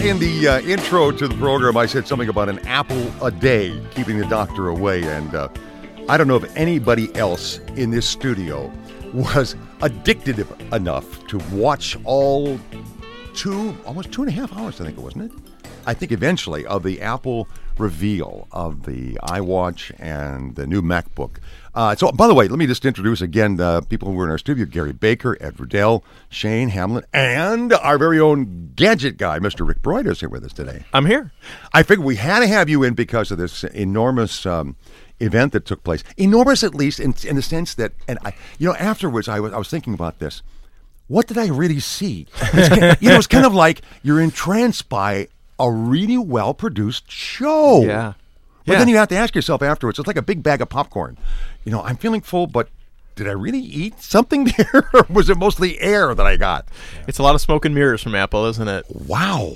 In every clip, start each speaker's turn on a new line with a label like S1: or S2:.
S1: in the uh, intro to the program, I said something about an apple a day keeping the doctor away, and uh, I don't know if anybody else in this studio was addicted enough to watch all two, almost two and a half hours, I think it wasn't it? I think eventually of the Apple reveal of the iWatch and the new MacBook. Uh, so, by the way, let me just introduce again the people who were in our studio: Gary Baker, Ed Riddell, Shane Hamlin, and our very own gadget guy, Mr. Rick Broider, is here with us today.
S2: I'm here.
S1: I figured we had to have you in because of this enormous. Um, event that took place enormous at least in, in the sense that and i you know afterwards i was i was thinking about this what did I really see? It's kind of, you know, it's kind of like you're entranced by a really well produced show.
S2: Yeah.
S1: But
S2: Yeah.
S1: then you have to ask yourself afterwards, it's like a big bag of popcorn. You know, I'm feeling full, but did I really eat something there? or was it mostly air that I got?
S2: It's a lot of smoke and mirrors from Apple, isn't it?
S1: Wow.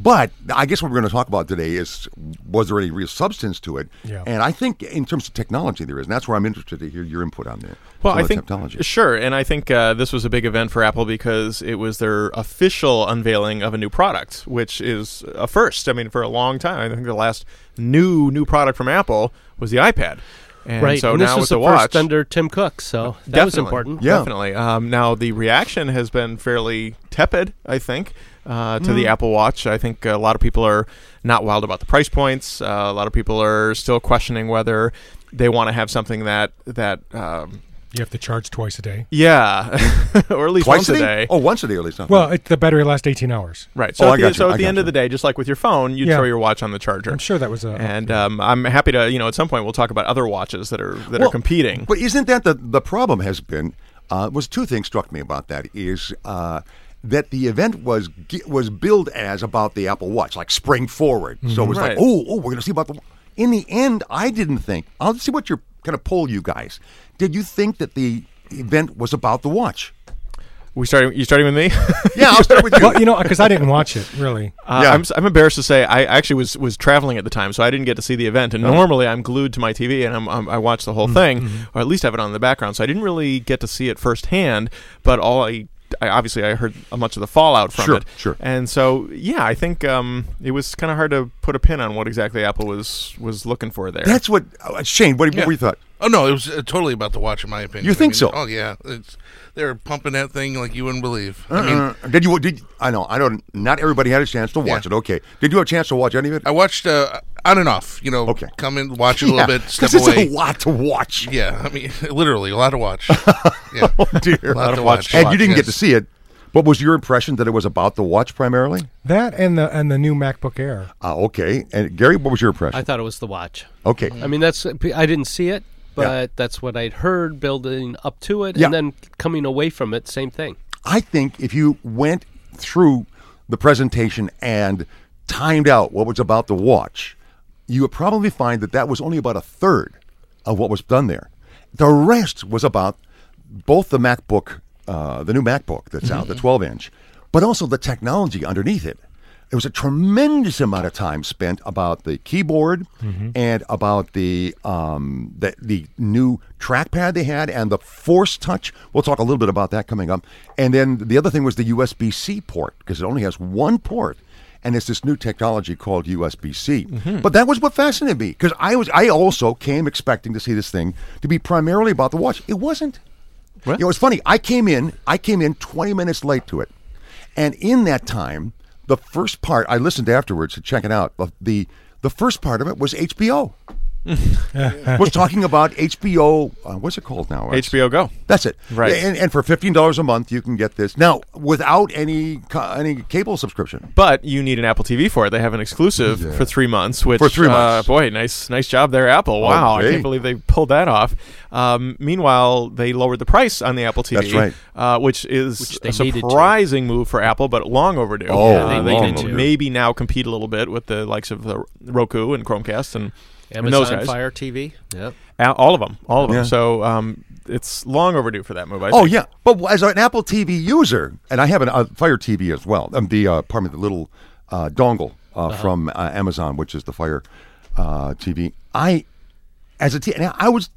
S1: But I guess what we're going to talk about today is was there any real substance to it?
S3: Yeah.
S1: And I think in terms of technology there is, and that's where I'm interested to hear your input on there.
S2: Well,
S1: Some
S2: I
S1: of the
S2: think
S1: technology.
S2: sure, and I think uh, this was a big event for Apple because it was their official unveiling of a new product, which is a first. I mean, for a long time, I think the last new new product from Apple was the iPad, and
S3: right.
S2: so
S3: and
S2: now
S3: this
S2: with
S3: was
S2: the
S3: the
S2: watch,
S3: first under Tim Cook, so that was
S2: Definitely.
S3: important.
S1: Yeah.
S2: Definitely. Um, now the reaction has been fairly tepid, I think, uh, to
S1: Mm-hmm.
S2: the Apple Watch. I think a lot of people are not wild about the price points. Uh, a lot of people are still questioning whether they want to have something that that um,
S3: You have to charge twice a day.
S2: yeah, or at least
S1: Twice
S2: once
S1: a day?
S2: day.
S1: Oh, once a day at least. not
S3: Well, it, the battery lasts 18 hours.
S2: Right. So
S1: Oh, I
S2: at the,
S1: got you.
S2: so
S1: I
S2: at the
S1: got
S2: end of
S1: you.
S2: the day, just like with your phone, you
S3: Yeah.
S2: throw your watch on the charger.
S3: I'm sure that was a.
S2: And um, I'm happy to, you know, at some point we'll talk about other watches that are that
S1: Well,
S2: are competing.
S1: But isn't that the the problem has been? Uh, was two things struck me about that is. Uh, that the event was gi- was billed as about the Apple Watch, like spring forward.
S4: Mhm.
S1: So it was like,
S2: Right.
S1: oh, oh, we're going to see about the. In the end, I didn't think. I'll see what you're going to poll you guys. Did you think that the event was about the watch?
S2: We starting you starting with me?
S1: Yeah, I'll start with you.
S3: well, you know, because I didn't watch it really.
S2: Uh,
S1: Yeah.
S2: I'm, s- I'm embarrassed to say I actually was was traveling at the time, so I didn't get to see the event.
S1: Oh.
S2: And normally I'm glued to my TV and I'm, I'm, I watch the whole
S1: Mm,
S2: thing,
S1: mm-hmm.
S2: or at least have it on in the background. So I didn't really get to see it firsthand. But all I, I obviously I heard much of the fallout from
S1: Sure,
S2: it.
S1: sure.
S2: And so yeah, I think um, it was kind of hard to put a pin on what exactly Apple was was looking for there.
S1: That's what uh, Shane. What,
S4: Yeah.
S1: what we thought.
S4: Oh no, it was uh, totally about the watch, in my opinion.
S1: You
S4: I
S1: think
S4: mean,
S1: so?
S4: Oh yeah, it's, they're pumping that thing like you wouldn't believe.
S1: Uh,
S4: I mean,
S1: did you? Did I know? I don't. Not everybody had a chance to watch
S4: Yeah.
S1: it. Okay. Did you have a chance to watch any of it?
S4: I watched uh, on and off. You know,
S1: Okay.
S4: come in, watch it a
S1: Yeah,
S4: little bit,
S1: 'cause
S4: step
S1: it's
S4: away.
S1: a lot to watch.
S4: yeah, I mean, literally a lot to watch. Yeah,
S1: Oh, dear.
S4: a lot, to watch.
S1: and you didn't get to
S4: yes.
S1: see it. But was your impression that it was about the watch primarily?
S3: That and the and the new MacBook Air.
S1: Ah, okay. And Gary, what was your impression?
S5: I thought it was the watch.
S1: okay.
S5: I mean, that's I didn't see it, but that's what I'd heard building up to it,
S1: Yeah.
S5: and then coming away from it, same thing.
S1: I think if you went through the presentation and timed out what was about the watch, you would probably find that that was only about a third of what was done there. The rest was about both the MacBook, uh, the new MacBook that's out,
S5: Mm-hmm.
S1: the 12 inch, but also the technology underneath it. There was a tremendous amount of time spent about the keyboard and about the, um, the the new trackpad they had and the Force Touch. We'll talk a little bit about that coming up. And then the other thing was the USB C port because it only has one port, and it's this new technology called USB C. But that was what fascinated me because I was I also came expecting to see this thing to be primarily about the watch. It wasn't. You know, it's funny. I came in. I came in 20 minutes late to it, and in that time, the first part I listened to afterwards to check it out. The the, the first part of it was HBO. was talking about HBO. Uh, what's it called now?
S2: HBO Go.
S1: That's it.
S2: Right.
S1: And, and for fifteen dollars a month, you can get this now without any co- any cable subscription.
S2: But you need an Apple TV for it. They have an exclusive for three months. Which
S1: For three months.
S2: uh, boy, nice, nice job there, Apple. Wow, I
S1: great.
S2: can't believe they pulled that off. Um, meanwhile, they lowered the price on the Apple TV,
S1: That's right.
S2: uh, which is
S5: they
S2: a
S5: needed to.
S2: surprising move for Apple, but long overdue.
S1: Oh, Yeah,
S5: they
S2: they
S5: long
S2: can
S5: overdue.
S2: maybe now compete a little bit with the likes of the Roku and Chromecast and, and those
S5: Amazon
S2: guys.
S5: Fire TV. Yep.
S2: A- All of them, all of them.
S1: Yeah.
S2: So um, it's long overdue for that move. I
S1: Oh
S2: think.
S1: yeah, but as an Apple TV user, and I have an uh, Fire TV as well. Um, the uh, pardon me, the little uh, dongle uh,
S2: Uh-huh.
S1: from uh, Amazon, which is the Fire uh, TV. I as a t- and I was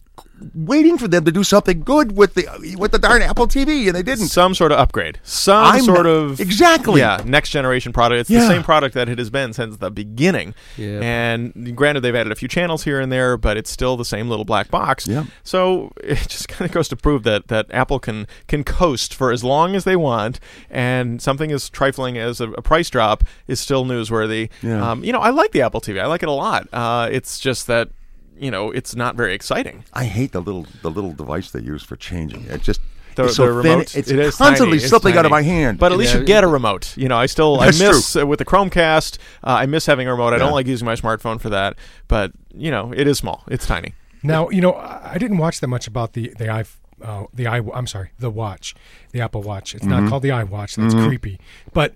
S1: waiting for them to do something good with the with the darn Apple TV, and they didn't.
S2: some sort of upgrade, some
S1: I'm-
S2: sort of
S1: exactly.
S2: yeah, next generation product. It's
S1: Yeah.
S2: the same product that it has been since the beginning.
S5: Yeah.
S2: And granted, they've added a few channels here and there, but it's still the same little black box.
S1: Yeah.
S2: So it just kind of goes to prove that that Apple can can coast for as long as they want, and something as trifling as a, a price drop is still newsworthy.
S1: Yeah.
S2: Um, you know, I like the Apple TV. I like it a lot. Uh, it's just that you know it's not very exciting.
S1: I hate the little the little device they use for changing. It just
S2: the,
S1: it's
S2: the
S1: so thin.
S2: remote.
S1: It's
S2: It is
S1: constantly
S2: tiny. It's
S1: slipping out of my
S2: tiny.
S1: hand.
S2: But at least
S5: Yeah,
S2: you get a remote. You know, I still I
S1: That's
S2: miss
S1: true.
S2: uh, with the Chromecast. Uh, I miss having a remote. I
S1: Yeah.
S2: don't like using my smartphone for that. But you know, it is small. It's tiny.
S3: Now you know I I didn't watch that much about the the i uh, the i I'm sorry the watch the Apple Watch. It's not called the iWatch. That's creepy. But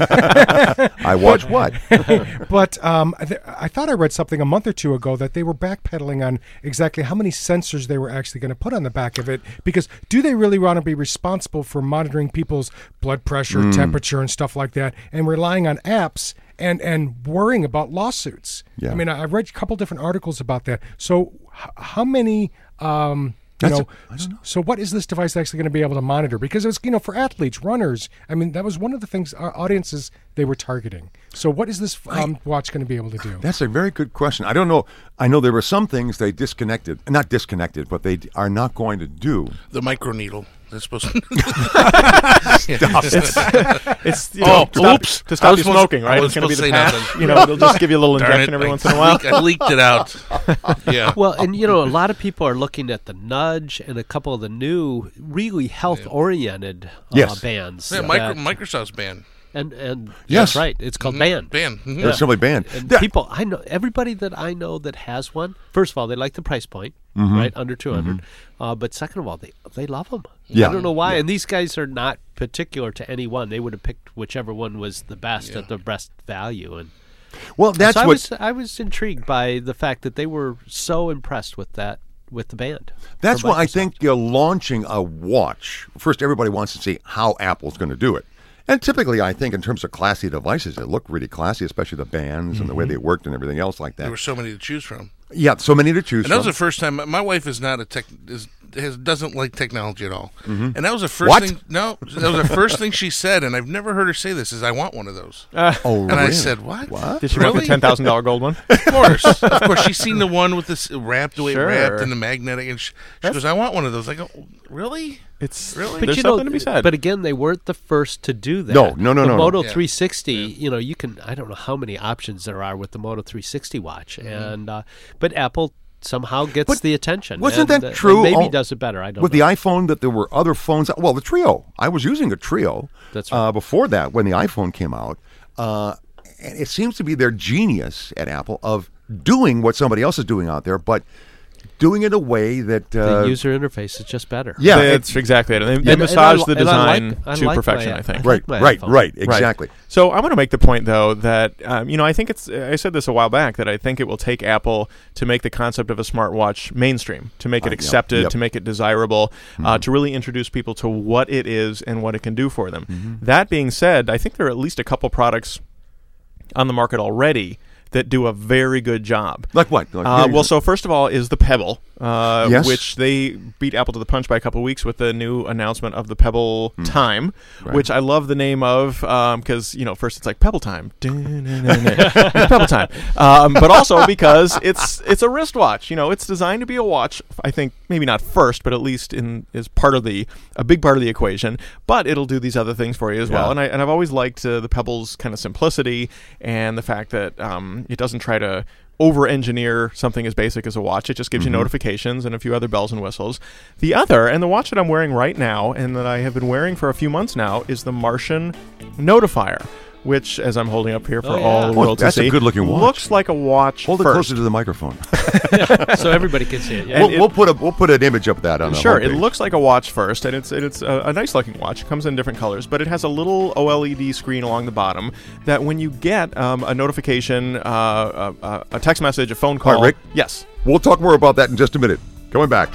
S1: I watch what?
S3: but um, I th- I thought I read something a month or two ago that they were backpedaling on exactly how many sensors they were actually going to put on the back of it. Because do they really want to be responsible for monitoring people's blood pressure, temperature, and stuff like that, and relying on apps and and worrying about lawsuits?
S1: Yeah.
S3: I mean, I, I read a couple different articles about that. So h- how many? Um, you
S1: That's-
S3: know, so what is this device actually going to be able to monitor? Because it was, you know, for athletes, runners. I mean, that was one of the things our audiences they were targeting. So what is this um, watch going to be able to do?
S1: That's a very good question. I don't know. I know there were some things they disconnected, not disconnected, but they d- are not going to do.
S4: The microneedle. That's supposed to.
S2: It's you know,
S4: Oh,
S2: to stop,
S4: oops.
S2: to stop
S4: I was
S2: you
S4: supposed-
S2: smoking,
S4: I
S2: right?
S4: was
S2: It's going to be the
S4: supposed to say
S2: patch.
S4: nothing.
S2: You know, it'll just give you a little
S4: Darn
S2: injection
S4: it,
S2: every
S4: I
S2: once in a while.
S4: leak- I leaked it out. yeah.
S5: Well, and you know, a lot of people are looking at the Nudge and a couple of the new, really health-oriented uh,
S1: Yes.
S5: bands.
S4: Yeah,
S5: that-
S4: micro, Microsoft's banned.
S5: and and
S1: Yes.
S5: that's right. It's called
S2: Mm-hmm.
S5: band.
S4: Banned. Mhm.
S1: They're simply banned.
S5: And
S1: That-
S5: people I know, everybody that I know that has one. First of all, they like the price point,
S1: Mm-hmm.
S5: right under two Uh, but second of all, they they love them.
S1: Yeah.
S5: I don't know why. And these guys are not particular to any one. They would have picked whichever one was the best at the best value. And
S1: well, that's
S5: so I
S1: what
S5: was I was intrigued by the fact that they were so impressed with that with the band.
S1: That's
S5: from
S1: why I think you're launching a watch. First, everybody wants to see how Apple's going to do it. And typically, I think in terms of classy devices, they look really classy, especially the bands and the way they worked and everything else like
S4: There Mm-hmm. were
S1: that.
S4: so many to choose from.
S1: Yeah, so many to choose
S4: And that was
S1: from.
S4: the first time. My wife is not a tech. Is, has, doesn't like technology at all. And that was the first
S1: What?
S4: thing. No, that was the first thing she said, and I've never heard her say this. Is I want one of those.
S1: oh,
S4: and I
S1: really?
S4: said, "What?
S1: What?
S2: Did you want the
S4: Really?
S2: ten thousand dollar gold one?
S4: Of course, of course." She's seen the one with this wrapped, the way it
S2: Sure.
S4: wrapped, and the magnetic. And she, she goes, "I want one of those." I go, "Really?"
S2: It's
S4: Really?
S2: really there's something to be said.
S5: But again, they weren't the first to do that.
S1: No, no, no, no,
S5: the
S1: no.
S5: Moto
S4: Yeah.
S5: 360. You know, you can. I don't know how many options there are with the Moto 360 watch,
S4: Mm-hmm.
S5: and uh, but Apple somehow gets the attention.
S1: Wasn't
S5: and,
S1: that
S5: uh,
S1: true?
S5: and maybe
S1: all-
S5: does it better. I don't.
S1: With
S5: know.
S1: the iPhone, that there were other phones. Well, the Trio. I was using a Trio.
S5: That's
S1: uh, before that when the iPhone came out. Uh, and it seems to be their genius at Apple of doing what somebody else is doing out there, but doing it a way that uh,
S5: the user interface is just better.
S1: yeah, it-
S2: that's exactly it. And they, they
S5: And- and I
S2: massage
S5: li-
S2: the
S5: and I like-
S2: design
S5: I
S2: to
S5: like my
S2: perfection.
S5: app.
S2: I think.
S1: Right,
S5: my
S1: right,
S5: iPhone.
S1: right,
S2: Right.
S1: exactly.
S2: So I want to make the point though that um, you know I think it's I said this a while back that I think it will take Apple to make the concept of a smartwatch mainstream, to make it
S1: Uh,
S2: accepted,
S1: yep. Mm-hmm.
S2: to make it desirable, uh, to really introduce people to what it is and what it can do for them.
S1: Mm-hmm.
S2: That being said, I think there are at least a couple products on the market already that do a very good job.
S1: Like what? Like-
S2: Uh, well, so first of all is the Pebble, uh,
S1: Yes.
S2: which they beat Apple to the punch by a couple weeks with the new announcement of the Pebble Time, which I love the name of because you know first it's like Pebble Time, It's Pebble Time, um, but also because it's it's a wristwatch. You know, it's designed to be a watch. I think maybe not first, but at least in is part of the a big part of the equation. But it'll do these other things for you as well. And I and I've always liked uh, the Pebble's kind of simplicity and the fact that um, it doesn't try to over engineer something as basic as a watch. It just gives you
S1: Mm-hmm.
S2: notifications and a few other bells and whistles. The other, and the watch that I'm wearing right now and that I have been wearing for a few months now, is the Martian Notifier, which, as I'm holding up here for
S5: Oh, yeah.
S2: all the
S1: Oh,
S2: world to
S1: that's a
S2: see,
S1: good-looking watch.
S2: looks like a watch.
S1: Hold it
S2: first.
S1: closer to the microphone.
S5: so everybody can see it. Yeah.
S1: we'll,
S2: it-
S1: we'll put a we'll put an image up of that on the
S2: Sure, it
S1: homepage.
S2: looks like a watch first, and it's and it's a, a nice looking watch. It comes in different colors, but it has a little OLED screen along the bottom that when you get um, a notification, uh, a, a- a text message, a phone call.
S1: Rick.
S2: Yes.
S1: We'll talk more about that in just a minute. Coming back.